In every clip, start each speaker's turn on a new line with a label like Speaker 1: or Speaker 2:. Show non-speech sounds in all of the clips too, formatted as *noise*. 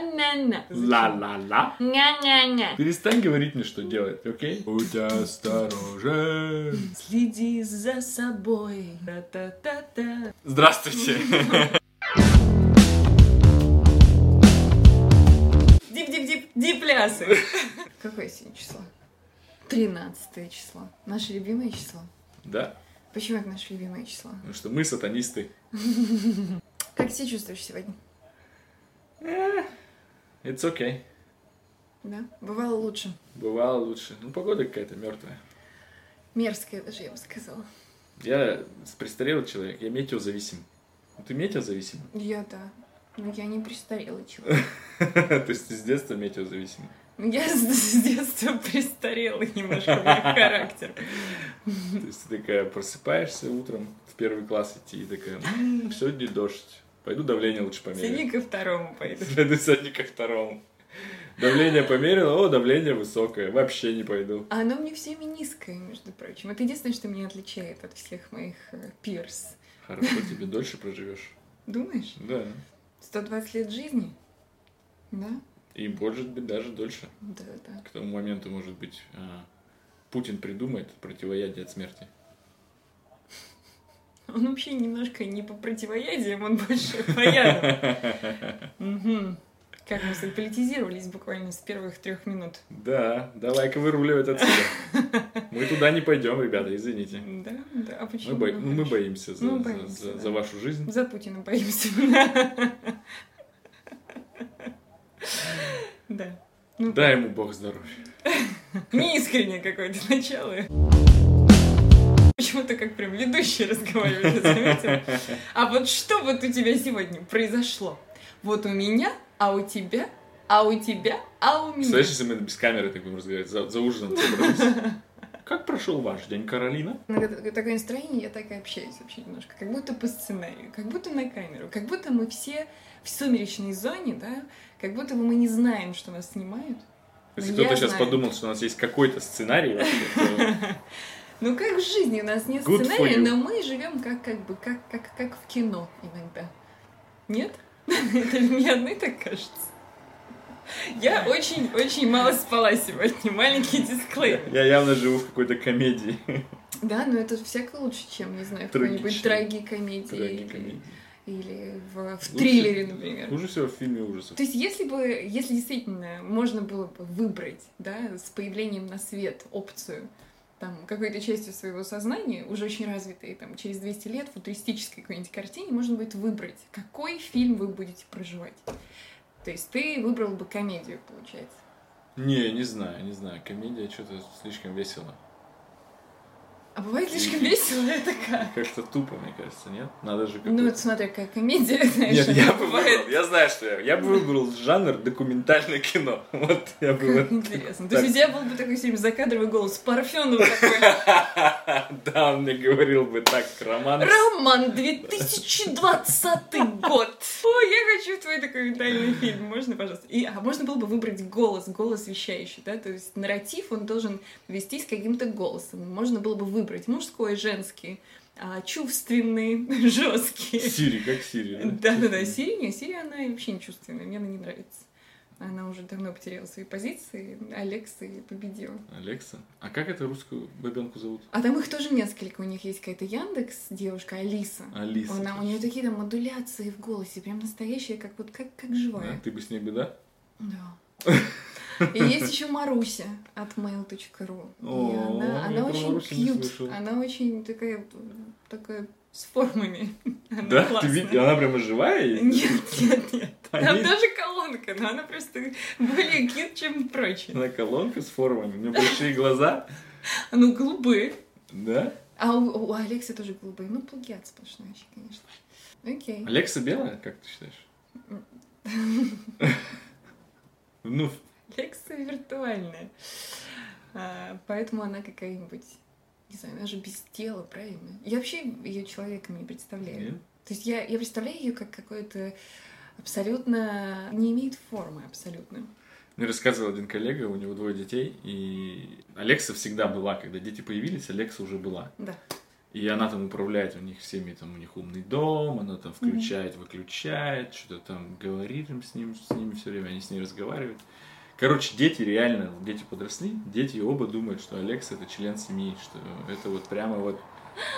Speaker 1: На-на-на.
Speaker 2: Ла-ла-ла.
Speaker 1: Ня-ня-ня.
Speaker 2: Перестань говорить мне, что делать, окей? Будь осторожен.
Speaker 1: Следи за собой. Та-та-та-та.
Speaker 2: Здравствуйте. *laughs*
Speaker 1: Дип-дип-дип. Диплясы. Какое сегодня число? 13 число. Наше любимое число.
Speaker 2: Да,
Speaker 1: Почему это наше любимое число?
Speaker 2: потому что мы сатанисты.
Speaker 1: Как ты себя чувствуешь сегодня?
Speaker 2: It's okay.
Speaker 1: Да? Бывало лучше.
Speaker 2: Бывало лучше. Ну, погода какая-то мертвая.
Speaker 1: Мерзкое даже, я бы сказала.
Speaker 2: Я престарелый человек, я метеозависим. Ну, Ты метеозависим? *laughs*
Speaker 1: Я да. Но я не престарела чего.
Speaker 2: То есть ты с детства метеозависим.
Speaker 1: Ну, Я с, с детства *laughs* престарела немножко, у меня характер.
Speaker 2: То есть ты такая просыпаешься утром в первый класс идти и такая, «М, сегодня дождь. Пойду давление лучше померяю.
Speaker 1: Сиди ко второму пойду.
Speaker 2: *laughs* Пойду сегодня ко второму. Давление померил, о, давление высокое, вообще не пойду.
Speaker 1: А оно мне всеми низкое, между прочим. Это единственное, что меня отличает от всех моих э, пирс.
Speaker 2: Хорошо, тебе дольше проживешь.
Speaker 1: Думаешь?
Speaker 2: Да.
Speaker 1: 120 лет жизни? Да?
Speaker 2: И может быть даже дольше.
Speaker 1: Да, да.
Speaker 2: К тому моменту, может быть, а, Путин придумает противоядие от смерти.
Speaker 1: Он вообще немножко не по противоядиям, он больше по ядам. Мгм. Как мы заполитизировались буквально с первых трех минут.
Speaker 2: Да, давай-ка выруливать отсюда. Мы туда не пойдем, ребята, извините.
Speaker 1: Да, да. А почему?
Speaker 2: Мы, бо-
Speaker 1: Ну,
Speaker 2: ну, мы
Speaker 1: хорошо.
Speaker 2: боимся за,
Speaker 1: Ну,
Speaker 2: за-
Speaker 1: боимся,
Speaker 2: за-
Speaker 1: да.
Speaker 2: за вашу жизнь.
Speaker 1: За Путина боимся. *laughs* Да. Ну,
Speaker 2: Дай ему бог здоровья.
Speaker 1: неискреннее какое-то начало. Почему-то как прям ведущий разговаривает, я заметила. А вот что вот у тебя сегодня произошло? Вот у меня, а у тебя, а у тебя, а у меня.
Speaker 2: Представляешь, если мы без камеры так будем разговаривать, за, за ужином собрались. Как прошел ваш день, Каролина?
Speaker 1: Иногда такое Ну, такое настроение, я так и общаюсь вообще немножко. Как будто по сценарию, как будто на камеру, как будто мы все в сумеречной зоне, да? Как будто бы мы не знаем, что нас снимают.
Speaker 2: Если
Speaker 1: Ну,
Speaker 2: кто-то
Speaker 1: я
Speaker 2: сейчас
Speaker 1: знаю.
Speaker 2: подумал, что у нас есть какой-то сценарий вообще,
Speaker 1: Ну как в жизни у нас нет
Speaker 2: Good for
Speaker 1: сценария,
Speaker 2: you.
Speaker 1: но мы живем как как бы как как как в кино иногда. Нет? *laughs* Это мне одной так кажется. Я очень очень мало спала сегодня. Маленький
Speaker 2: то
Speaker 1: дисклеймер.
Speaker 2: я явно живу в какой-то комедии.
Speaker 1: Да, но это всяко лучше, чем не знаю в какой-нибудь
Speaker 2: Трагичной.
Speaker 1: трагикомедии
Speaker 2: Трагикомедии.
Speaker 1: или, или в, в
Speaker 2: Лучше-
Speaker 1: триллере, например.
Speaker 2: Хуже всего в фильме ужасов.
Speaker 1: То есть, если бы, если действительно можно было бы выбрать, да, с появлением на свет опцию, там, какой-то частью своего сознания, уже очень развитой, там, через 200 лет, в футуристической какой-нибудь картине, можно будет выбрать, какой фильм вы будете проживать. То есть, ты выбрал бы комедию, получается.
Speaker 2: Не, не знаю, не знаю. Комедия что-то слишком весело.
Speaker 1: А бывает слишком весело, *laughs* это как?
Speaker 2: Как-то тупо, мне кажется, нет? Надо же
Speaker 1: Ну, *laughs*
Speaker 2: какой-то...
Speaker 1: вот смотря какая комедия, знаешь,
Speaker 2: Нет, я
Speaker 1: она *laughs*
Speaker 2: бы
Speaker 1: бывает.
Speaker 2: выбрал, я знаю, что я. Я бы выбрал жанр документальное кино. *laughs* Вот, я бы...
Speaker 1: Как
Speaker 2: вот-
Speaker 1: интересно. То есть у тебя был бы такой фильм закадровый голос
Speaker 2: *laughs*
Speaker 1: Парфенова такой.
Speaker 2: Да, он мне говорил бы так, Роман.
Speaker 1: Роман 2020 год. О, я хочу твой документальный фильм. Можно, пожалуйста? И, а можно было бы выбрать голос, голос вещающий, да? То есть нарратив, он должен вестись каким-то голосом. Можно было бы выбрать мужской, женский, а, чувственный, *laughs* жесткий.
Speaker 2: Сири, как Сири.
Speaker 1: *laughs* Да-да-да, Сирия, не, Сирия, она вообще не чувственная, мне она не нравится. Она уже давно потеряла свои позиции, Алекса и победила.
Speaker 2: Алекса. А как это русскую бабенку зовут?
Speaker 1: А там их тоже несколько. У них есть какая-то Яндекс, девушка Алиса.
Speaker 2: Алиса.
Speaker 1: Она, у нее такие там модуляции в голосе, прям настоящие, как вот как, как
Speaker 2: Да,
Speaker 1: живая.
Speaker 2: ты бы с ней беда?
Speaker 1: Да. И есть еще Маруся от mail.ru. И
Speaker 2: О,
Speaker 1: она,
Speaker 2: я
Speaker 1: она
Speaker 2: про
Speaker 1: очень
Speaker 2: Марусю не
Speaker 1: cute,
Speaker 2: слышал.
Speaker 1: она очень такая, такая с формами. Она
Speaker 2: да?
Speaker 1: классная.
Speaker 2: Ты видишь, она прямо живая? и-
Speaker 1: Нет, нет, нет.
Speaker 2: А
Speaker 1: Там
Speaker 2: есть
Speaker 1: тоже колонка, но она просто более cute, чем прочие.
Speaker 2: Она колонка с формами, у нее большие глаза.
Speaker 1: Ну, голубые.
Speaker 2: Да?
Speaker 1: А у, у Алексы тоже голубые. Ну, плагиат сплошной, вообще, конечно. Окей.
Speaker 2: Алекса белая, как ты считаешь? Ну,
Speaker 1: Лекса виртуальная. А, поэтому она какая-нибудь, не знаю, она же без тела, правильно? Я вообще ее человеком не представляю.
Speaker 2: нет.
Speaker 1: То есть я, я представляю ее как какое-то абсолютно не имеет формы абсолютно.
Speaker 2: Мне рассказывал один коллега, у него двое детей, и Алекса всегда была. Когда дети появились, Алекса уже была.
Speaker 1: Да.
Speaker 2: И И она там управляет у них всеми, там у них умный дом, она там включает, выключает, что-то там говорит им с, ним, с ними все время, они с ней разговаривают. Короче, дети реально, дети подросли, дети оба думают, что Алекс это член семьи, что это вот прямо вот,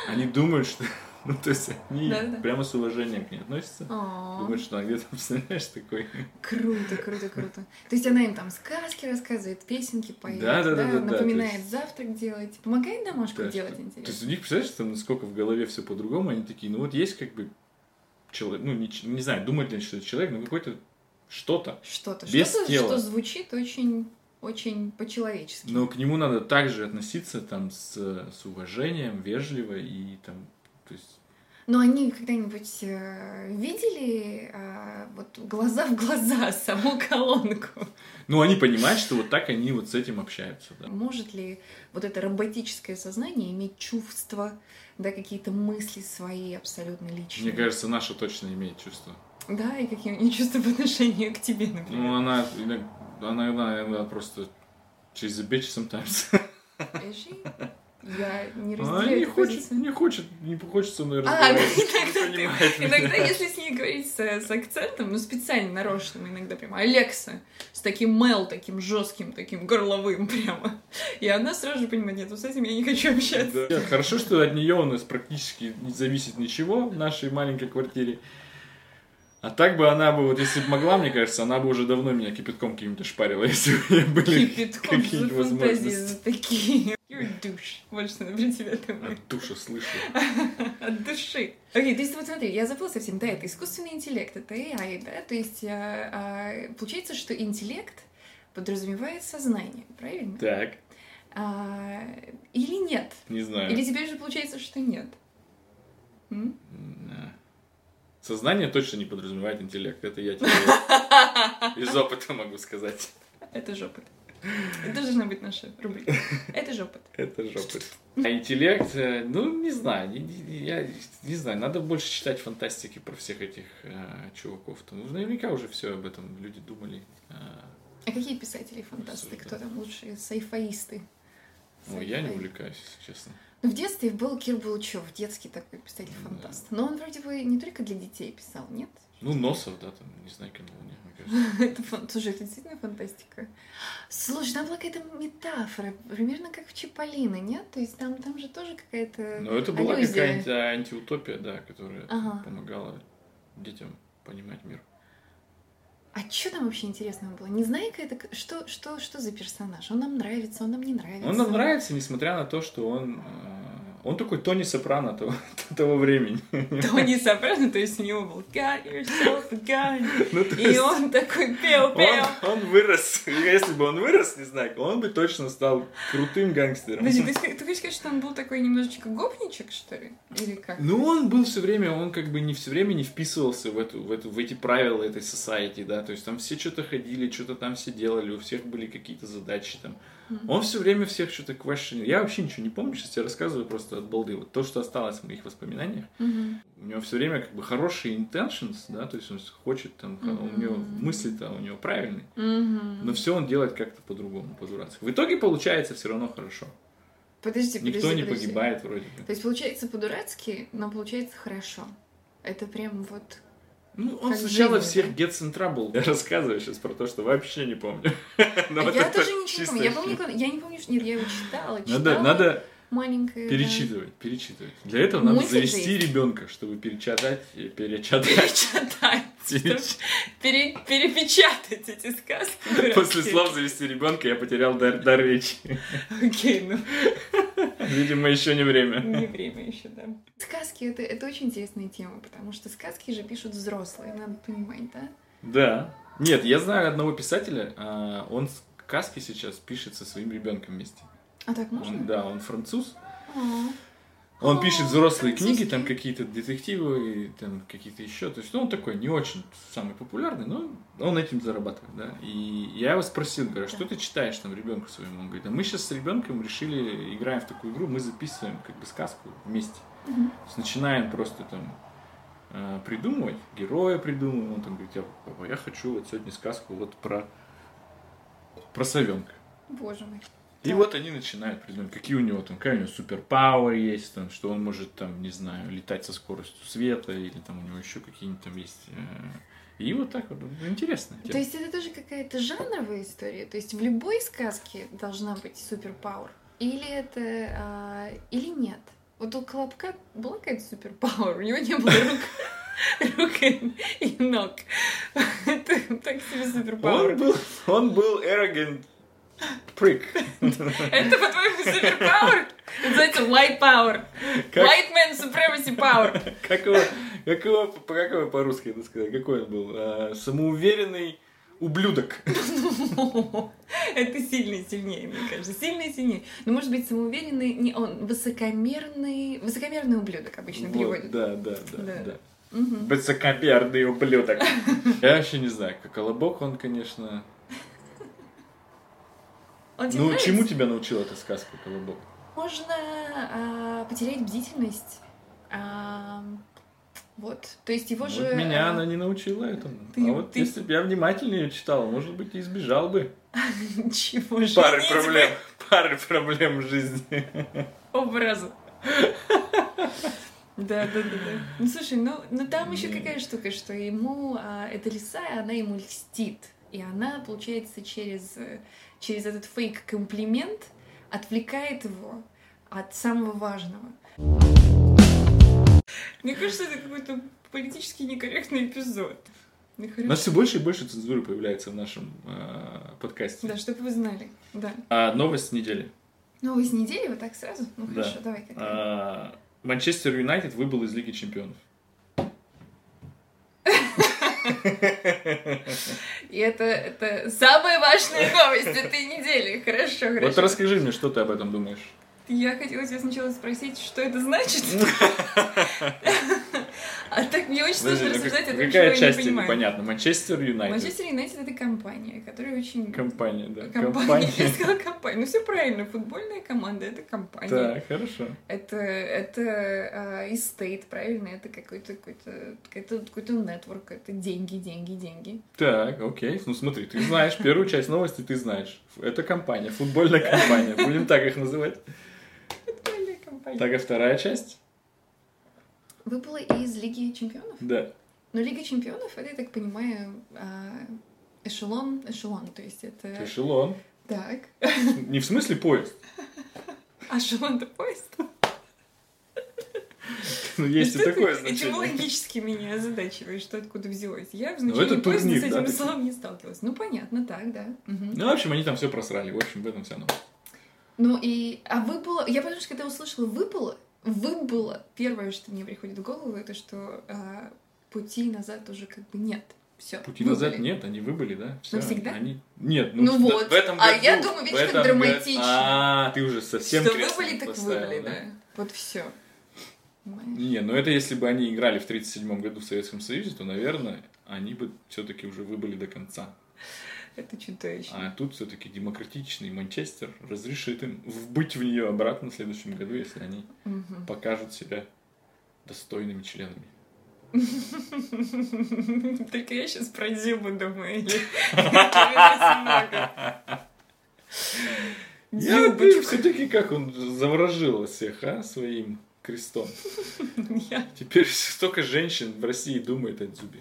Speaker 2: они думают, что, *laughs* ну то есть они
Speaker 1: Да-да-да.
Speaker 2: прямо с уважением к ней относятся,
Speaker 1: А,
Speaker 2: думают, что она где-то, *laughs* представляешь, такой,
Speaker 1: Круто, круто, круто. То есть она им там сказки рассказывает, песенки поет, да,
Speaker 2: Да-да-да-да-да, то есть-
Speaker 1: напоминает завтрак делать, помогает домашку
Speaker 2: Да,
Speaker 1: делать,
Speaker 2: что-
Speaker 1: интересно.
Speaker 2: То есть у них, представляешь, там насколько в голове все по-другому, они такие, ну вот есть как бы человек, ну не, ч- не знаю, думает ли он, что это человек, но какой-то что-то.
Speaker 1: Что-то,
Speaker 2: Без
Speaker 1: что-то,
Speaker 2: тела.
Speaker 1: что звучит очень, очень по-человечески.
Speaker 2: Но к нему надо также относиться там с, с уважением, вежливо и там, то есть...
Speaker 1: Но они когда-нибудь э, видели э, вот глаза в глаза *laughs* саму колонку?
Speaker 2: Ну, они понимают, что вот так они вот с этим общаются, да.
Speaker 1: Может ли вот это роботическое сознание иметь чувства, да, какие-то мысли свои абсолютно личные?
Speaker 2: Мне кажется, наша точно имеет чувство.
Speaker 1: Да, и какие у нее чувства по отношению к тебе,
Speaker 2: Ну,
Speaker 1: например.
Speaker 2: она, иногда- она, она, она просто через the bitch sometimes. а-
Speaker 1: Скажи, я не
Speaker 2: Она
Speaker 1: разделяю
Speaker 2: не
Speaker 1: эту
Speaker 2: хочет,
Speaker 1: позицию.
Speaker 2: не хочет, не хочет со мной
Speaker 1: А,
Speaker 2: разговаривать. не
Speaker 1: иногда, ты-
Speaker 2: понимает меня.
Speaker 1: иногда, если с ней говорить с, с акцентом, ну специально нарочным, иногда прям Алекса с таким мел, таким жестким, таким горловым прямо. И она сразу же понимает, нет, вот с этим я не хочу общаться.
Speaker 2: Да. Хорошо, что от нее у нас практически не зависит ничего в нашей маленькой квартире. А так бы она бы, вот если бы могла, мне кажется, она бы уже давно меня кипятком каким-то шпарила, *laughs* если бы у меня были
Speaker 1: Кипятком за фантазии
Speaker 2: какие-то возможности.
Speaker 1: за такие. You're a douche. Вот что она про тебя думает.
Speaker 2: От душа слышу.
Speaker 1: От души. Окей, то есть вот смотри, я забыла совсем, да, это искусственный интеллект, это AI, да, то есть а, а, получается, что интеллект подразумевает сознание, правильно?
Speaker 2: Так,
Speaker 1: А, или нет?
Speaker 2: не знаю.
Speaker 1: Или теперь же получается, что нет? М?
Speaker 2: Да. Сознание точно не подразумевает интеллект. Это я тебе из опыта могу сказать.
Speaker 1: Это
Speaker 2: *laughs*
Speaker 1: жопот. Это должна быть наша рубрика. Это жопот.
Speaker 2: Это жопа. А интеллект, э, ну, не знаю, не- не- я не знаю, надо больше читать фантастики про всех этих э, чуваков. Там уже наверняка уже все об этом люди думали. А,
Speaker 1: А какие писатели и фантасты? Кто там лучшие? Сайфаисты.
Speaker 2: ой, ну, я не
Speaker 1: Сайфаи.
Speaker 2: увлекаюсь, если честно.
Speaker 1: Ну, в детстве был Кир Булычев, детский такой писатель-фантаст. Но он вроде бы не только для детей писал, нет? *laughs*
Speaker 2: Ну, Носов, да, там, не знаю, кому мне мне кажется.
Speaker 1: Это фан- слушай, это действительно фантастика. Слушай, там была какая-то метафора, примерно как в Чиполлино, нет? То есть там, там же тоже какая-то...
Speaker 2: Но это была
Speaker 1: Аллюзия.
Speaker 2: какая-нибудь а, антиутопия, да, которая
Speaker 1: Ага.
Speaker 2: помогала детям понимать мир.
Speaker 1: А что там вообще интересного было? Не знаю-ка это... к- Что, что, что за персонаж? Он нам нравится, он нам не нравится.
Speaker 2: Он нам нравится, несмотря на то, что он... э, Он такой Тони Сопрано того, *laughs* того времени.
Speaker 1: Тони Сопрано, то есть у него был «Got yourself a gun».
Speaker 2: Ну, то
Speaker 1: И
Speaker 2: есть-
Speaker 1: он такой пел-пел.
Speaker 2: Он, он вырос. Если бы он вырос, не знаю, он бы точно стал крутым гангстером.
Speaker 1: Подожди, ты, ск- ты хочешь сказать, что он был такой немножечко гопничек, что ли? Или как?
Speaker 2: Ну, он был все время, он как бы не все время не вписывался в, эту, в, эту, в эти правила этой society, да, то есть там все что-то ходили, что-то там все делали, у всех были какие-то задачи там.
Speaker 1: Мгм.
Speaker 2: Он все время всех что-то questionил. Я вообще ничего не помню, сейчас я рассказываю просто от балды. Вот то, что осталось в моих воспоминаниях,
Speaker 1: Мгм.
Speaker 2: у него все время как бы хорошие intentions, да, то есть он хочет там, у него
Speaker 1: Мгм.
Speaker 2: мысли-то у него правильные.
Speaker 1: Мгм.
Speaker 2: Но все он делает как-то по-другому, по-дурацки. В итоге получается все равно хорошо.
Speaker 1: Подожди, подожди,
Speaker 2: Никто не
Speaker 1: подожди.
Speaker 2: погибает вроде бы.
Speaker 1: То есть получается по-дурацки, но получается хорошо. Это прям вот...
Speaker 2: Ну, он
Speaker 1: Как
Speaker 2: сначала
Speaker 1: жизнь,
Speaker 2: всех
Speaker 1: да?
Speaker 2: get Central. Я рассказываю сейчас про то, что вообще не помню. *laughs* Но вот
Speaker 1: А я
Speaker 2: это
Speaker 1: тоже ничего не помню. Я,
Speaker 2: чисто-
Speaker 1: помню. как- я не помню, что... Нет, я его читала, читала.
Speaker 2: Надо, надо
Speaker 1: Маленькая... да.
Speaker 2: перечитывать, перечитывать. Для этого надо
Speaker 1: Мультик же
Speaker 2: завести ребенка, чтобы э, перечитать, и перечитать.
Speaker 1: Перечитать. Пере-
Speaker 2: Пере-
Speaker 1: перепечатать эти сказки.
Speaker 2: После
Speaker 1: дурацкие.
Speaker 2: слов завести ребенка я потерял дар, дар речи.
Speaker 1: Окей, ну
Speaker 2: Видимо, еще не время.
Speaker 1: не время еще, да. Сказки это, это очень интересная тема, потому что сказки же пишут взрослые, надо понимать, да?
Speaker 2: Да. Нет, я знаю одного писателя, а, он сказки сейчас пишет со своим ребенком вместе.
Speaker 1: А так
Speaker 2: Он-
Speaker 1: можно?
Speaker 2: да, он француз.
Speaker 1: А,
Speaker 2: Он
Speaker 1: А,
Speaker 2: пишет взрослые книги,
Speaker 1: французские.
Speaker 2: там какие-то детективы, и там какие-то еще. То есть ну, он такой не очень самый популярный, но он этим зарабатывает, да. И я его спросил, говорю, а что
Speaker 1: Да.
Speaker 2: ты читаешь там ребенку своему? Он говорит, а мы сейчас с ребенком решили, играем в такую игру, мы записываем как бы сказку вместе.
Speaker 1: мгм.
Speaker 2: То есть начинаем просто там э, придумывать, героя придумываем. Он там говорит, я, папа, я хочу вот сегодня сказку вот про, про совенка.
Speaker 1: Боже мой.
Speaker 2: И вот они начинают придумывать, какие у него там, какая у него суперпауэр есть, там, что он может там, не знаю, летать со скоростью света, или там у него еще какие-нибудь там есть. э, И вот так вот. Ну, Интересно.
Speaker 1: То есть это тоже какая-то жанровая история? То есть в любой сказке должна быть суперпауэр? Или это... а, или нет? Вот у Колобка была какая-то суперпауэр, у него не было рук, *laughs* рук и, и ног. *laughs* Это так себе
Speaker 2: Он
Speaker 1: суперпауэр.
Speaker 2: был, он был arrogant prick. *laughs*
Speaker 1: Это по-твоему суперпауэр? Это называется white power.
Speaker 2: Как-
Speaker 1: White man supremacy power.
Speaker 2: Как его, как его, по- как его по-русски это сказать? Какой он был? А, самоуверенный ублюдок.
Speaker 1: Это сильно сильнее, мне кажется. Сильно сильнее. Но, может быть, самоуверенный... Не, он высокомерный... Высокомерный ублюдок обычно
Speaker 2: Вот,
Speaker 1: приводит.
Speaker 2: да, да,
Speaker 1: Да.
Speaker 2: да, да.
Speaker 1: Мгм. *laughs*
Speaker 2: Высокомерный ублюдок. Я вообще не знаю, как Колобок, он, конечно...
Speaker 1: Он тебе
Speaker 2: Ну,
Speaker 1: нравится?
Speaker 2: чему тебя научила эта сказка, Колобок?
Speaker 1: Можно а, потерять бдительность. А, вот. То есть его
Speaker 2: Вот
Speaker 1: же...
Speaker 2: меня
Speaker 1: а,
Speaker 2: она не научила этому.
Speaker 1: ты-
Speaker 2: а вот
Speaker 1: ты-
Speaker 2: если бы я внимательнее читал, может быть, и избежал бы
Speaker 1: *laughs* Чего же?
Speaker 2: пары
Speaker 1: Извините,
Speaker 2: проблем, пары проблем в жизни.
Speaker 1: Оба раза. *laughs* Да, да, да, да. Ну слушай, ну, ну там еще
Speaker 2: Не.
Speaker 1: какая штука, что ему а, эта лиса, она ему льстит. И она, получается, через, э, через этот фейк-комплимент отвлекает его от самого важного. Мне кажется, это какой-то политически некорректный эпизод. Ну,
Speaker 2: У
Speaker 1: хорошо.
Speaker 2: нас все больше и больше цензуры появляется в нашем э, подкасте.
Speaker 1: Да, чтобы вы знали. Да.
Speaker 2: А, новость недели.
Speaker 1: Новость Ну, недели вот так сразу? Ну
Speaker 2: Да.
Speaker 1: хорошо, давай. какая?
Speaker 2: А, Манчестер Юнайтед выбыл из Лиги Чемпионов.
Speaker 1: И это, это самые важные новости этой недели. Хорошо, хорошо.
Speaker 2: Вот расскажи мне, что ты об этом думаешь.
Speaker 1: Я хотела тебя сначала спросить, что это значит. А так мне очень сложно
Speaker 2: Подожди, ну как-
Speaker 1: рассуждать, я там
Speaker 2: какая
Speaker 1: ничего
Speaker 2: часть
Speaker 1: не понимаю.
Speaker 2: непонятна? Манчестер Юнайтед.
Speaker 1: Манчестер Юнайтед это компания, которая очень...
Speaker 2: Компания, да.
Speaker 1: *laughs* Компания. Я сказала компания. Ну все правильно, футбольная команда это компания.
Speaker 2: Так, хорошо.
Speaker 1: Это, это э, estate, правильно? Это какой-то какой-то какой-то какой-то network, это деньги, деньги, деньги.
Speaker 2: Так, окей. Ну смотри, ты знаешь, первую часть новости ты знаешь. Это компания, футбольная компания. Будем так их называть.
Speaker 1: Футбольная компания.
Speaker 2: Так, а вторая часть?
Speaker 1: Выпала из Лиги Чемпионов?
Speaker 2: Да.
Speaker 1: Но Лига Чемпионов, это, я так понимаю, а, эшелон, эшелон, то есть это...
Speaker 2: Эшелон.
Speaker 1: Так, *laughs*
Speaker 2: Не в смысле поезд.
Speaker 1: а эшелон это поезд?
Speaker 2: Ну, есть и
Speaker 1: Что ты-
Speaker 2: такое
Speaker 1: Ты
Speaker 2: значение.
Speaker 1: логически меня озадачиваешь, что откуда взялось. Я в
Speaker 2: Ну,
Speaker 1: значении
Speaker 2: это
Speaker 1: поезда
Speaker 2: турнир,
Speaker 1: с
Speaker 2: да,
Speaker 1: этим
Speaker 2: такой.
Speaker 1: словом не сталкивалась. Ну, понятно, так, да. мгм.
Speaker 2: Ну, в общем, они там все просрали. В общем, в этом вся новость.
Speaker 1: Ну и... А выпало... Я потому что когда услышала «выпало», «выпало», первое, что мне приходит в голову, это что а, пути назад уже как бы нет. Все.
Speaker 2: Пути назад нет, они выбыли, да? Всё,
Speaker 1: Навсегда?
Speaker 2: Они... Нет,
Speaker 1: Ну
Speaker 2: да,
Speaker 1: вот.
Speaker 2: В этом
Speaker 1: А
Speaker 2: году,
Speaker 1: я думаю, видишь,
Speaker 2: в
Speaker 1: как
Speaker 2: этом
Speaker 1: драматично.
Speaker 2: году. А, ты уже совсем
Speaker 1: Что
Speaker 2: крест
Speaker 1: выбыли, так
Speaker 2: поставила,
Speaker 1: выбыли, да. Вот все.
Speaker 2: Не, ну это если бы они играли в 37 году в Советском Союзе, то, наверное, они бы все-таки уже выбыли до конца.
Speaker 1: Это чудовищно.
Speaker 2: А тут все-таки демократичный Манчестер разрешит им вбыть в нее обратно в следующем году, если они
Speaker 1: Мгм. *laughs*
Speaker 2: покажут себя достойными членами.
Speaker 1: Только я сейчас про Диму думаю.
Speaker 2: *laughs*
Speaker 1: или- Я
Speaker 2: Я
Speaker 1: Юбочка.
Speaker 2: все-таки как он заворожил всех, а, своим крестом.
Speaker 1: Я-
Speaker 2: Теперь *laughs* столько женщин в России думает о Дзюбе.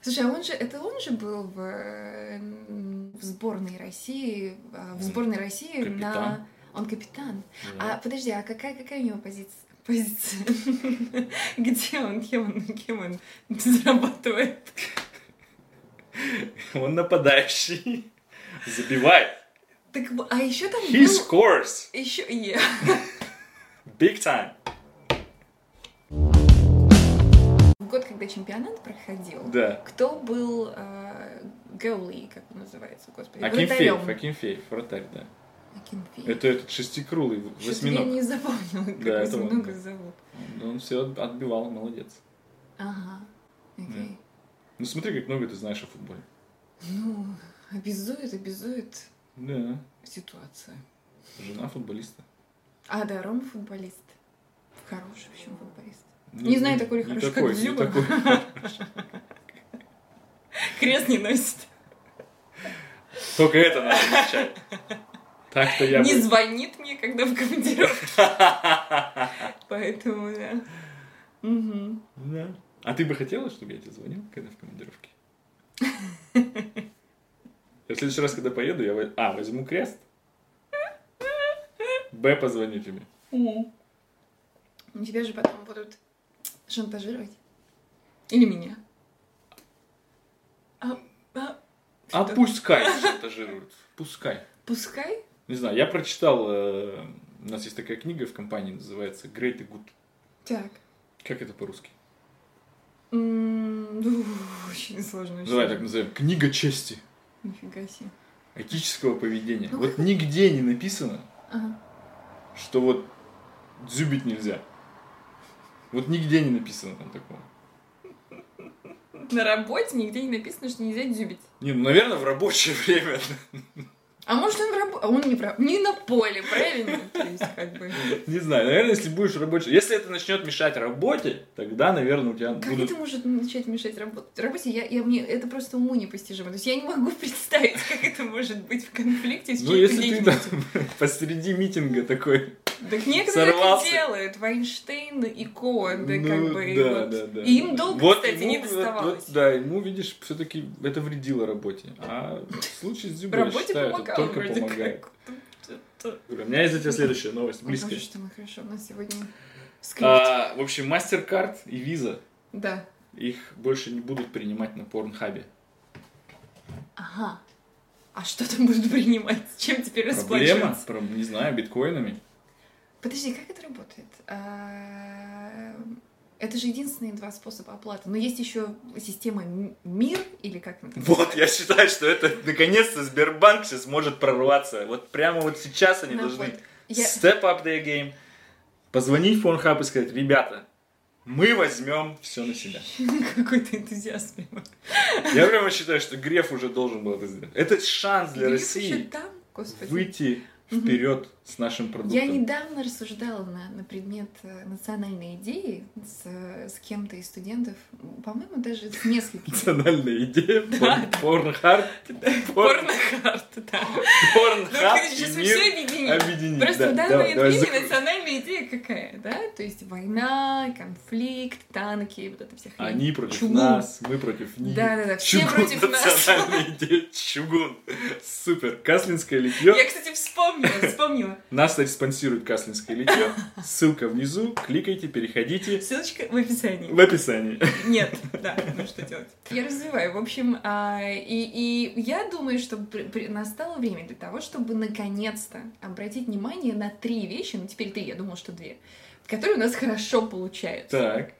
Speaker 1: Слушай, а он же, это он же был в, э, м, в сборной России, а, в
Speaker 2: Он
Speaker 1: сборной России на...
Speaker 2: капитан.
Speaker 1: Он капитан. А подожди, а какая, какая у него позиция? Позиция. *laughs* Где он? Кем он? Кем он зарабатывает?
Speaker 2: *laughs* Он нападающий. Забивает.
Speaker 1: Так, в- а еще там
Speaker 2: He
Speaker 1: был...
Speaker 2: scores.
Speaker 1: Еще...
Speaker 2: Big time.
Speaker 1: В год, когда чемпионат проходил,
Speaker 2: Да.
Speaker 1: кто был э, гоули, как он называется, господи,
Speaker 2: Акинфеев, Акинфеев, вратарь, да.
Speaker 1: Акинфеев.
Speaker 2: Это этот шестикрулый
Speaker 1: Что-то я
Speaker 2: восьминог.
Speaker 1: не запомнила, как
Speaker 2: Да,
Speaker 1: вас
Speaker 2: это он,
Speaker 1: много
Speaker 2: да.
Speaker 1: зовут.
Speaker 2: Он все отбивал, молодец.
Speaker 1: Ага, окей.
Speaker 2: Ну смотри, как много ты знаешь о футболе.
Speaker 1: Ну, обязует, обязует
Speaker 2: Да.
Speaker 1: ситуация.
Speaker 2: Жена футболиста.
Speaker 1: А, да, Рома футболист. Хороший, в чем футболист. Не знаю, такой ли
Speaker 2: Ну, не
Speaker 1: хороший, как
Speaker 2: такой, не
Speaker 1: Дзюба.
Speaker 2: такой.
Speaker 1: *laughs* Крест не носит.
Speaker 2: Только это надо замечать. Так-то я
Speaker 1: Не
Speaker 2: бы-
Speaker 1: звонит мне, когда в
Speaker 2: *laughs*
Speaker 1: командировке. Поэтому, да. Мгм.
Speaker 2: Да. А ты бы хотела, чтобы я тебе звонил, когда в командировке? Я в следующий раз, когда поеду, я во- А, возьму крест. Б, позвоню тебе.
Speaker 1: Ну, Тебя же потом будут шантажировать. Или меня. А- а,
Speaker 2: А
Speaker 1: Что?
Speaker 2: пускай шантажируют. Пускай.
Speaker 1: пускай?
Speaker 2: Не знаю, я прочитал... э, У нас есть такая книга в компании, называется «Great и Good».
Speaker 1: Так.
Speaker 2: Как это по-русски?
Speaker 1: М, ух, Очень сложно. очень
Speaker 2: Давай так
Speaker 1: сложно.
Speaker 2: назовем. Книга чести.
Speaker 1: Нифига себе.
Speaker 2: Этического поведения.
Speaker 1: Ну,
Speaker 2: Вот нигде не написано,
Speaker 1: Ага.
Speaker 2: что вот дзюбить нельзя. Вот нигде не написано там такого.
Speaker 1: На работе нигде не написано, что нельзя дзюбить.
Speaker 2: Не, ну, наверное, в рабочее *laughs* время.
Speaker 1: А может он в рабо- А он не, в раб- не на поле, правильно? *laughs* То есть, как бы...
Speaker 2: Не знаю, наверное, если будешь рабочий... Если это начнет мешать работе, тогда, наверное, у тебя
Speaker 1: Как
Speaker 2: будут...
Speaker 1: это может начать мешать работе? Работе я, я мне это просто уму непостижимо. То есть я не могу *laughs* представить, как это может быть в конфликте с
Speaker 2: Ну,
Speaker 1: чьей-то
Speaker 2: если ты
Speaker 1: личностью.
Speaker 2: там *laughs* посреди митинга такой...
Speaker 1: Так некоторые так
Speaker 2: сорвался.
Speaker 1: и делают. Вайнштейн и Коэн, да,
Speaker 2: ну,
Speaker 1: как бы. и
Speaker 2: да,
Speaker 1: вот.
Speaker 2: да, да.
Speaker 1: И им долго,
Speaker 2: Вот
Speaker 1: кстати,
Speaker 2: ему-
Speaker 1: не
Speaker 2: вот-
Speaker 1: доставалось.
Speaker 2: вот, да, ему, видишь, все-таки это вредило работе. А в случае с
Speaker 1: В
Speaker 2: Дзюбой, я
Speaker 1: работе
Speaker 2: считаю, это
Speaker 1: помогало
Speaker 2: только
Speaker 1: вроде
Speaker 2: помогает.
Speaker 1: как.
Speaker 2: У меня есть для тебя следующая новость,
Speaker 1: Ой, боже,
Speaker 2: близкая.
Speaker 1: что мы хорошо. У нас сегодня скрипт.
Speaker 2: А, в общем, MasterCard и Visa
Speaker 1: Да.
Speaker 2: их больше не будут принимать на Порнхабе.
Speaker 1: Ага. А что там *laughs* будут принимать? Чем теперь
Speaker 2: Проблема?
Speaker 1: расплачиваться?
Speaker 2: Про- не знаю, биткоинами.
Speaker 1: Подожди, как это работает? А, Это же единственные два способа оплаты. Но есть еще система М- МИР или как она там
Speaker 2: Вот,
Speaker 1: называется?
Speaker 2: я считаю, что это наконец-то Сбербанк сейчас может прорваться. Вот прямо вот сейчас они
Speaker 1: Ну
Speaker 2: должны
Speaker 1: вот. Я-
Speaker 2: step up their game, позвонить в Pornhub и сказать, ребята, мы возьмем все на себя.
Speaker 1: *laughs* Какой-то энтузиазм.
Speaker 2: Я прямо считаю, что Греф уже должен был это сделать. Это шанс для
Speaker 1: Греф еще
Speaker 2: России
Speaker 1: там, господи.
Speaker 2: выйти
Speaker 1: Мгм.
Speaker 2: вперед с нашим продуктом.
Speaker 1: Я недавно рассуждала на, на предмет э, национальной идеи с, э, с кем-то из студентов, м, по-моему, даже с несколькими. *laughs*
Speaker 2: Национальная идея,
Speaker 1: Да.
Speaker 2: порнхард,
Speaker 1: Порнохарт, да. Ну,
Speaker 2: порнхаб
Speaker 1: короче,
Speaker 2: и
Speaker 1: сейчас
Speaker 2: мир
Speaker 1: все объединили.
Speaker 2: объединить.
Speaker 1: Просто
Speaker 2: Да,
Speaker 1: в данный
Speaker 2: давай,
Speaker 1: момент
Speaker 2: давай,
Speaker 1: времени
Speaker 2: закрой.
Speaker 1: национальная идея какая, да? То есть война, конфликт, танки, вот это вся хрень.
Speaker 2: Они А, против
Speaker 1: Чугун.
Speaker 2: нас, мы против них.
Speaker 1: Да-да-да, все
Speaker 2: Чугун,
Speaker 1: против нас.
Speaker 2: национальная идея, чугун. Супер. Каслинское
Speaker 1: Я,
Speaker 2: литье.
Speaker 1: кстати, вспомнила, вспомнила.
Speaker 2: Нас, кстати, спонсирует Каслинское литье. Ссылка внизу. Кликайте, переходите.
Speaker 1: Ссылочка в описании.
Speaker 2: В описании.
Speaker 1: Нет, да, ну что делать. Я развиваю, в общем, а, и, и я думаю, что при- при- настало время для того, чтобы наконец-то обратить внимание на три вещи, ну теперь три, я думала, что две, которые у нас хорошо получаются.
Speaker 2: Так,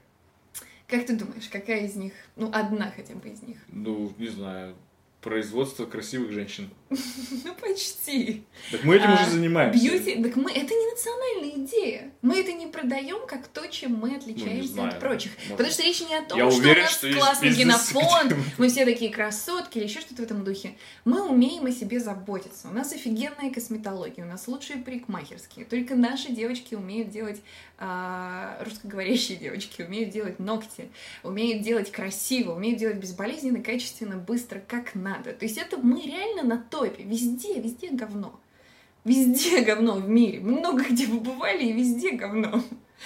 Speaker 1: Как ты думаешь, какая из них, ну одна хотя бы из них?
Speaker 2: ну, не знаю, производство красивых женщин.
Speaker 1: Ну почти.
Speaker 2: Так мы этим
Speaker 1: А,
Speaker 2: уже занимаемся.
Speaker 1: Бьюти, так мы, это не национальная идея. Мы это не продаем как то, чем мы отличаемся
Speaker 2: Ну, знаю,
Speaker 1: от прочих.
Speaker 2: может.
Speaker 1: Потому что речь не о том,
Speaker 2: Я
Speaker 1: что
Speaker 2: уверен,
Speaker 1: у нас
Speaker 2: что есть
Speaker 1: классный
Speaker 2: бизнес,
Speaker 1: генофонд,
Speaker 2: где мы-
Speaker 1: мы все такие красотки или еще что-то в этом духе. Мы умеем о себе заботиться. У нас офигенная косметология, у нас лучшие парикмахерские. Только наши девочки умеют делать, а, русскоговорящие девочки умеют делать ногти, умеют делать красиво, умеют делать безболезненно, качественно, быстро, как надо. То есть это мы реально на топе. Везде, везде говно. Везде *laughs* говно в мире. Мы много где побывали, и везде говно.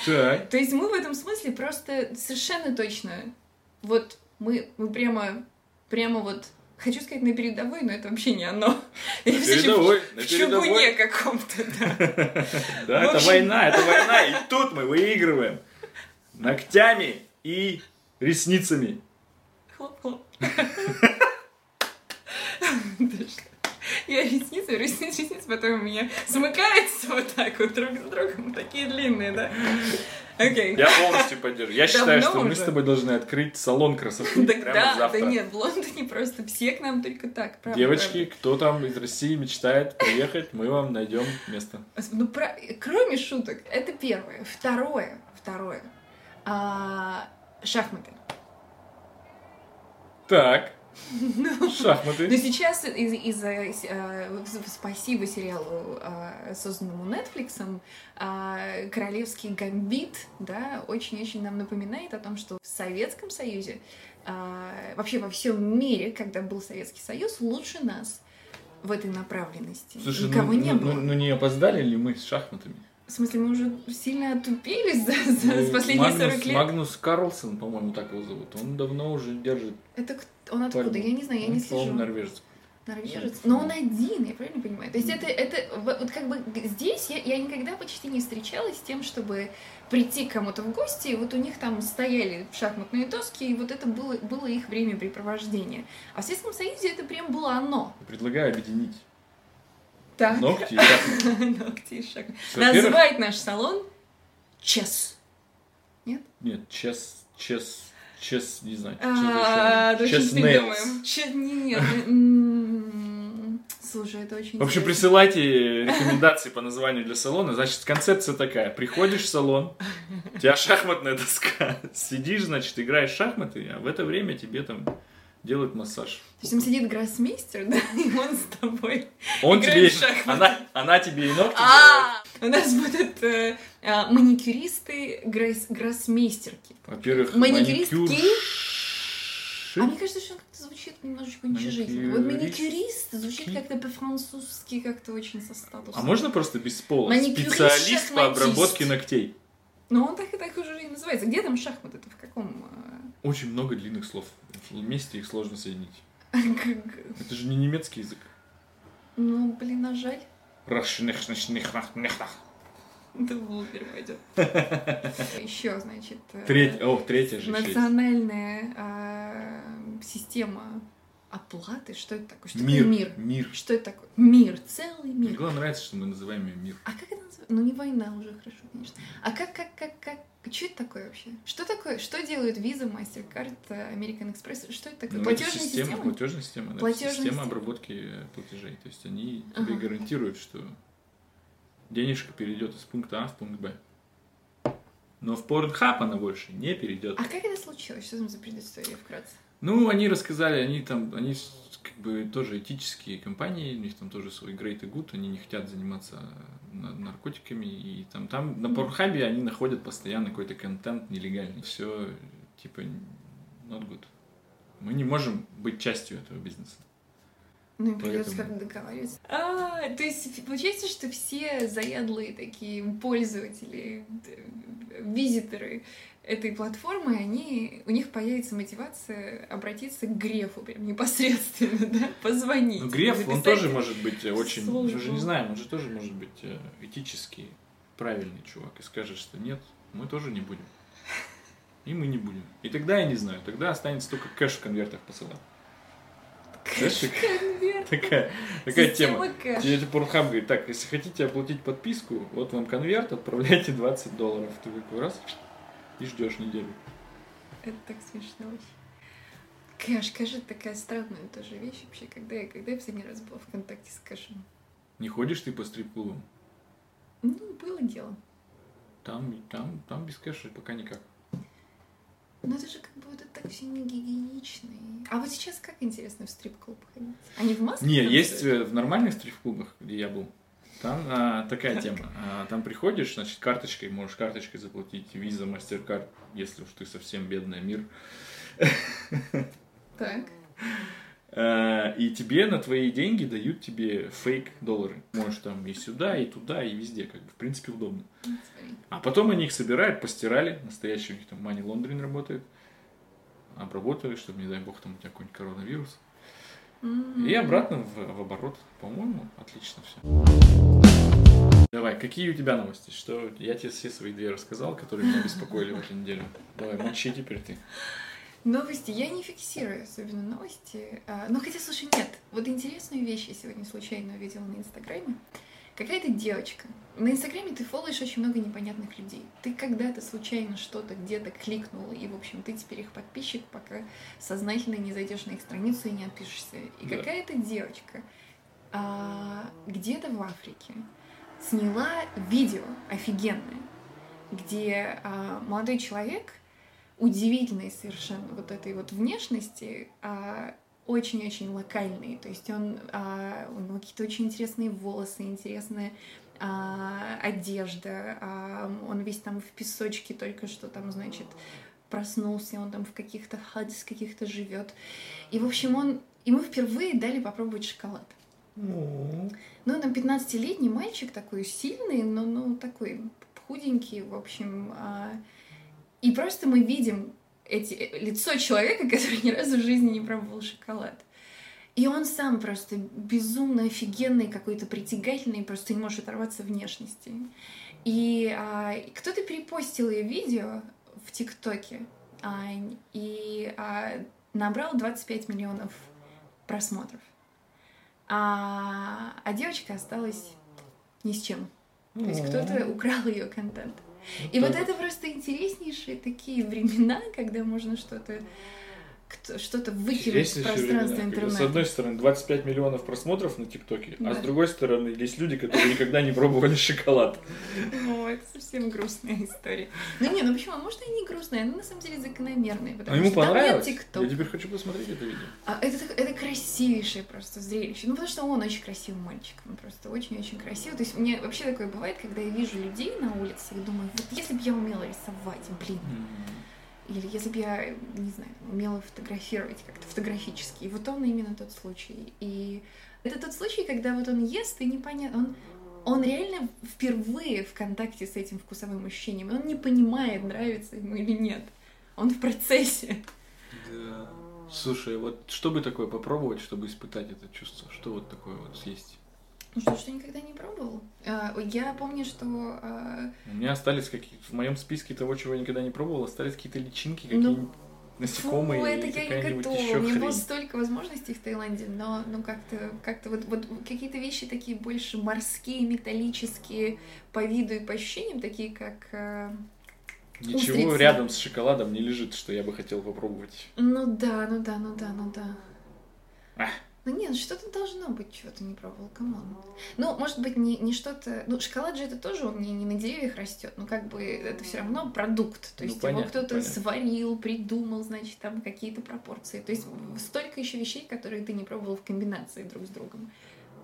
Speaker 2: Так,
Speaker 1: То есть мы в этом смысле просто совершенно точно, вот мы, мы прямо, прямо вот, хочу сказать на передовой, но это вообще не оно. Я всё ещё в-
Speaker 2: передовой, на
Speaker 1: в чугуне
Speaker 2: передовой.
Speaker 1: каком-то, да.
Speaker 2: Да,
Speaker 1: В
Speaker 2: это
Speaker 1: общем.
Speaker 2: война, это война. И тут мы выигрываем ногтями и ресницами.
Speaker 1: Хлоп-хлоп. Да что? Я ресницы, ресницы, ресницы, потом у меня смыкается вот так вот друг с другом, такие длинные, да? Окей.
Speaker 2: Я полностью поддерживаю. Я считаю,
Speaker 1: Давно
Speaker 2: что мы
Speaker 1: уже.
Speaker 2: с тобой должны открыть салон красоты
Speaker 1: Так
Speaker 2: прямо
Speaker 1: да, да
Speaker 2: завтра.
Speaker 1: нет, в Лондоне просто все к нам только так, правда.
Speaker 2: Девочки, кто там из России мечтает приехать, мы вам найдем место.
Speaker 1: Ну, про- кроме шуток, это первое. Второе, второе. А, шахматы.
Speaker 2: Так,
Speaker 1: Ну, Но
Speaker 2: шахматы.
Speaker 1: сейчас из- из-за э, с- спасибо сериалу, э, созданному Netflix, э, королевский гамбит, да, очень-очень нам напоминает о том, что в Советском а, Союзе, э, вообще во всем мире, когда был Советский Союз, лучше нас в этой направленности.
Speaker 2: Слушай,
Speaker 1: Никого
Speaker 2: ну,
Speaker 1: не
Speaker 2: ну-
Speaker 1: было.
Speaker 2: ну- ну не опоздали ли мы с шахматами?
Speaker 1: В смысле, мы уже сильно отупились за, *laughs* за-
Speaker 2: Ну,
Speaker 1: за последние
Speaker 2: Магнус,
Speaker 1: 40 лет.
Speaker 2: Магнус Карлсон, по-моему, так его зовут. Он давно уже держит.
Speaker 1: Это кто- он откуда?
Speaker 2: Пальму.
Speaker 1: Я не знаю, Ну, я
Speaker 2: он,
Speaker 1: не
Speaker 2: по-моему,
Speaker 1: слежу.
Speaker 2: норвежец.
Speaker 1: Норвежец.
Speaker 2: Судя по
Speaker 1: Но он
Speaker 2: всему.
Speaker 1: один, я правильно понимаю? То есть это, это в- вот как бы г- здесь я, я никогда почти не встречалась с тем, чтобы прийти к кому-то в гости, и вот у них там стояли шахматные доски, и вот это было, было их времяпрепровождение. А в Советском Союзе это прям было оно.
Speaker 2: Предлагаю объединить
Speaker 1: Так.
Speaker 2: ногти
Speaker 1: *laughs*
Speaker 2: и шахматы.
Speaker 1: Ногти и шаг.
Speaker 2: Ну. Во-первых,
Speaker 1: Назвать наш салон Чес.
Speaker 2: Нет, чес, чес, чес, не знаю. чес
Speaker 1: А,
Speaker 2: еще.
Speaker 1: да
Speaker 2: Чес
Speaker 1: щас не
Speaker 2: Нетс.
Speaker 1: думаем. Че- не- не, м, Слушай, это очень
Speaker 2: В
Speaker 1: интересно.
Speaker 2: общем, присылайте рекомендации по названию для салона. Значит, концепция такая. Приходишь в салон, у тебя шахматная доска. Сидишь, значит, играешь в шахматы, а в это время тебе там делают массаж.
Speaker 1: То есть там сидит гроссмейстер, *laughs* да, и он с тобой.
Speaker 2: Он тебе...
Speaker 1: Играешь в шахматы.
Speaker 2: Она, она тебе и ногти делает.
Speaker 1: А, У нас будут э, а, маникюристы, гросс- гроссмейстерки.
Speaker 2: Во-первых,
Speaker 1: Маникюристки?
Speaker 2: маникюр...
Speaker 1: А мне кажется, что он как-то звучит немножечко уничижительно. Вот маникюрист звучит как-то по-французски, как-то очень со статусом.
Speaker 2: А можно просто без пола?
Speaker 1: Маникюрист,
Speaker 2: Специалист по
Speaker 1: шахматист.
Speaker 2: обработке ногтей.
Speaker 1: Но он так и так уже и называется. Где там шахматы? Это в каком? э,
Speaker 2: Очень много длинных слов. Вместе их сложно соединить.
Speaker 1: э, *laughs* как-
Speaker 2: Это же не немецкий язык.
Speaker 1: Ну, блин, а жаль. *laughs*
Speaker 2: Рашнехнешнехнахнехнах.
Speaker 1: Это в Лупер пойдет. Еще, значит, э,
Speaker 2: Третья, о, третья же еще есть.
Speaker 1: национальная э, система оплаты. Что это такое? Что
Speaker 2: Мир.
Speaker 1: такое мир?
Speaker 2: Мир.
Speaker 1: Что это такое? Мир, целый
Speaker 2: Мне
Speaker 1: мир.
Speaker 2: главное нравится, что мы называем ее мир.
Speaker 1: А как это называется? Ну, не война уже, хорошо, конечно. А как, как, как, как? Что это такое вообще? Что такое? Что делают Visa, MasterCard, э, American Express? Что это такое?
Speaker 2: Ну, это
Speaker 1: Платежная
Speaker 2: система,
Speaker 1: система?
Speaker 2: Платежная система. да,
Speaker 1: Платежная
Speaker 2: система
Speaker 1: система.
Speaker 2: обработки э, платежей. То есть они
Speaker 1: Ага.
Speaker 2: тебе гарантируют, что денежка перейдет из пункта А в пункт Б. Но в Pornhub она больше не перейдет.
Speaker 1: А как это случилось? Что там за предыстория вкратце?
Speaker 2: Ну, они рассказали, они там, они с- как бы тоже этические компании, у них там тоже свой great и good, они не хотят заниматься э, на- наркотиками, и там, там на
Speaker 1: Мгм.
Speaker 2: Порнхабе они находят постоянно какой-то контент нелегальный. Все, типа, not good. Мы не можем быть частью этого бизнеса.
Speaker 1: Ну, им придется
Speaker 2: Поэтому-
Speaker 1: как-то договариваться. А, то есть ф- получается, что все заядлые такие пользователи, д- визиторы этой платформы, они, у них появится мотивация обратиться к Грефу прям непосредственно, *laughs* да, позвонить.
Speaker 2: Но Ну, Греф, он
Speaker 1: написать
Speaker 2: тоже может быть э, очень, мы
Speaker 1: службу.
Speaker 2: же не знаем, он же тоже может быть э, этически правильный чувак и скажет, что нет, мы тоже не будем. И мы не будем. И тогда я не знаю, тогда останется только кэш в конвертах посылать. *laughs* Знаешь, как-
Speaker 1: Конверт.
Speaker 2: такая, такая
Speaker 1: Система
Speaker 2: тема.
Speaker 1: кэш.
Speaker 2: Тебе Порнхаб говорит, так, если хотите оплатить подписку, вот вам конверт, отправляйте 20 долларов. Ты такой раз и ждешь неделю.
Speaker 1: Это так смешно вообще. Кэш, кэш это такая странная тоже вещь вообще, когда я, когда я последний раз была в контакте с кэшем.
Speaker 2: Не ходишь ты по стрип-клубам?
Speaker 1: Ну, было дело.
Speaker 2: Там, и там, там без кэша пока никак.
Speaker 1: Но Ну, это же как бы вот это так все не гигиенично. и- А вот сейчас как интересно в стрип-клуб ходить? Они в масках?
Speaker 2: Не,
Speaker 1: там
Speaker 2: есть
Speaker 1: стоят?
Speaker 2: э, в нормальных стрип-клубах, где я был, там а, такая тема. А, там приходишь, значит, карточкой, можешь карточкой заплатить, виза, мастер-карт, если уж ты совсем бедная мир.
Speaker 1: Так.
Speaker 2: А, и тебе на твои деньги дают тебе фейк доллары. Можешь там и сюда, и туда, и везде, как бы, в принципе, удобно.
Speaker 1: Ну, смотри.
Speaker 2: А потом они их собирают, постирали, настоящий у них там money laundering работает, обработали, чтобы, не дай бог, там у тебя какой-нибудь коронавирус.
Speaker 1: М.
Speaker 2: И обратно в, в оборот. По-моему, отлично все. Давай, какие у тебя новости? Что я тебе все свои две рассказал, которые меня беспокоили в эту неделю. Давай, молчи теперь ты.
Speaker 1: Новости я не фиксирую, особенно новости. А, ну, хотя, слушай, нет. Вот интересную вещь я сегодня случайно увидела на Инстаграме. Какая-то девочка. На Инстаграме ты фолловишь очень много непонятных людей. Ты когда-то случайно что-то где-то кликнула, и, в общем, ты теперь их подписчик, пока сознательно не зайдешь на их страницу и не отпишешься. И
Speaker 2: Да.
Speaker 1: какая-то девочка а, где-то в Африке сняла видео офигенное, где а, молодой человек удивительной совершенно вот этой вот внешности, а, очень-очень локальный. То есть он, а, у него какие-то очень интересные волосы, интересная а, одежда, а, он весь там в песочке только что там, значит, проснулся, он там в каких-то хадис каких-то живет. И, в общем, он, ему впервые дали попробовать шоколад.
Speaker 2: Ну,
Speaker 1: Ну, там 15-летний мальчик такой сильный, но ну, такой худенький, в общем. а, И просто мы видим эти, э, лицо человека, *laughs* который ни разу в жизни не пробовал шоколад. И он сам просто безумно офигенный, какой-то притягательный, просто не может оторваться внешности. И а, и кто-то перепостил ее видео в ТикТоке а, и а, набрал 25 миллионов просмотров. А, а девочка осталась ни с чем.
Speaker 2: Ну,
Speaker 1: То есть кто-то украл ее контент. И вот это просто интереснейшие такие времена, когда можно что-то кто- что-то выкинуть в
Speaker 2: Есть еще
Speaker 1: пространство
Speaker 2: времена, когда, С
Speaker 1: интернета. *laughs*
Speaker 2: одной стороны, 25 миллионов просмотров на ТикТоке, а с
Speaker 1: Да.
Speaker 2: другой стороны, есть люди, которые никогда не пробовали шоколад.
Speaker 1: Ну, это совсем грустная история. Ну не, ну почему? Может, и не грустная, но на самом деле закономерная.
Speaker 2: А
Speaker 1: Потому
Speaker 2: ему
Speaker 1: что там нет
Speaker 2: понравилось?
Speaker 1: ТикТока.
Speaker 2: Я теперь хочу посмотреть это видео.
Speaker 1: А это, так- это красивейшее просто зрелище. Ну, потому что он очень красивый мальчик. Он просто очень-очень красивый. То есть мне вообще такое бывает, когда я вижу людей на улице и думаю, вот если бы я умела рисовать, блин, или если бы я, не знаю, умела фотографировать как-то фотографически. И вот он именно тот случай. И это тот случай, когда вот он ест, и непонятно, он, он реально впервые в контакте с этим вкусовым ощущением. И он не понимает, нравится ему или нет. Он в процессе.
Speaker 2: Да. Слушай, вот что бы такое попробовать, чтобы испытать это чувство? Что вот такое вот съесть?
Speaker 1: Ну что, что никогда не пробовал? А, Я помню, что... а,
Speaker 2: У меня остались какие-то, в моем списке того, чего я никогда не пробовал, остались какие-то личинки,
Speaker 1: Ну,
Speaker 2: какие-нибудь
Speaker 1: Фу,
Speaker 2: насекомые
Speaker 1: это
Speaker 2: и
Speaker 1: я не
Speaker 2: какая-нибудь
Speaker 1: готова.
Speaker 2: еще
Speaker 1: У меня было
Speaker 2: хрень.
Speaker 1: столько возможностей в Таиланде, но ну как-то как-то вот, вот какие-то вещи такие больше морские, металлические по виду и по ощущениям, такие как а,
Speaker 2: Ничего
Speaker 1: устрицы.
Speaker 2: рядом с шоколадом не лежит, что я бы хотел попробовать.
Speaker 1: ну да, ну да, ну да, ну да.
Speaker 2: А.
Speaker 1: Ну нет, что-то должно быть, чего ты не пробовал, камон. Ну, может быть, не, не что-то... Ну, шоколад же это тоже, он не, не на деревьях растет, но как бы это все равно продукт. То
Speaker 2: Ну,
Speaker 1: есть его
Speaker 2: понятно,
Speaker 1: кто-то
Speaker 2: понятно.
Speaker 1: сварил, придумал, значит, там какие-то пропорции. То есть столько еще вещей, которые ты не пробовал в комбинации друг с другом.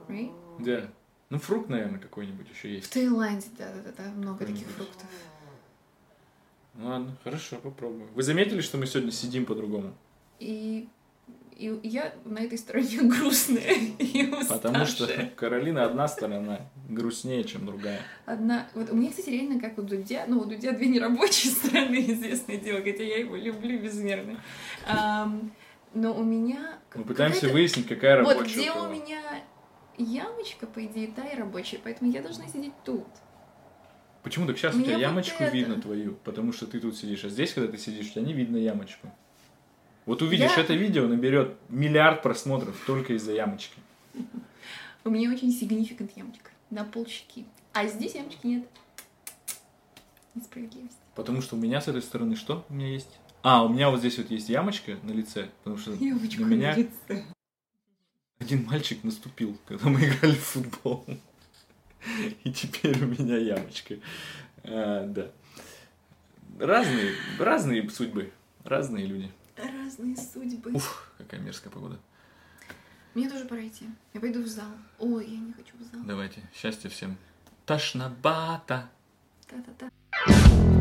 Speaker 1: Right?
Speaker 2: Да. Ну, фрукт, наверное, какой-нибудь еще
Speaker 1: В
Speaker 2: есть.
Speaker 1: Таиланде, да-да-да, много таких
Speaker 2: Какой-нибудь.
Speaker 1: фруктов.
Speaker 2: Ладно, хорошо, попробуем. Вы заметили, что мы сегодня сидим по-другому?
Speaker 1: И, и я на этой стороне *laughs* грустная и уставшая.
Speaker 2: Потому что Каролина одна сторона грустнее, чем другая.
Speaker 1: Одна... Вот у меня, кстати, реально как у Дудя, ну, у Дудя две нерабочие *laughs* стороны, известное дело, хотя я его люблю безмерно. Ам, но у меня...
Speaker 2: Мы пытаемся
Speaker 1: какая-то-
Speaker 2: выяснить, какая
Speaker 1: Вот
Speaker 2: рабочая.
Speaker 1: где
Speaker 2: у
Speaker 1: у
Speaker 2: кого.
Speaker 1: меня ямочка, по идее, та и рабочая, поэтому я должна сидеть тут.
Speaker 2: Почему так сейчас
Speaker 1: У
Speaker 2: у тебя
Speaker 1: меня вот
Speaker 2: ямочку
Speaker 1: это.
Speaker 2: видно твою? Потому что ты тут сидишь, а здесь, когда ты сидишь, у тебя не видно ямочку. Вот увидишь
Speaker 1: Я-
Speaker 2: это видео, наберет миллиард просмотров только из-за ямочки.
Speaker 1: У меня очень significant ямочка на полщеки. А здесь ямочки нет. Несправедливость.
Speaker 2: Потому что у меня с этой стороны что у меня есть? А, у меня вот здесь вот есть ямочка на лице, потому что
Speaker 1: Ямочка
Speaker 2: на меня
Speaker 1: на лице.
Speaker 2: один мальчик наступил, когда мы *laughs* играли в футбол. И теперь у меня ямочка. А, да. Разные, разные судьбы, разные люди.
Speaker 1: Разные судьбы.
Speaker 2: Уф, какая мерзкая погода.
Speaker 1: Мне тоже пора идти. Я пойду в зал. Ой, я не хочу в зал.
Speaker 2: Давайте, счастья всем. Тошнобата.
Speaker 1: Та-та-та.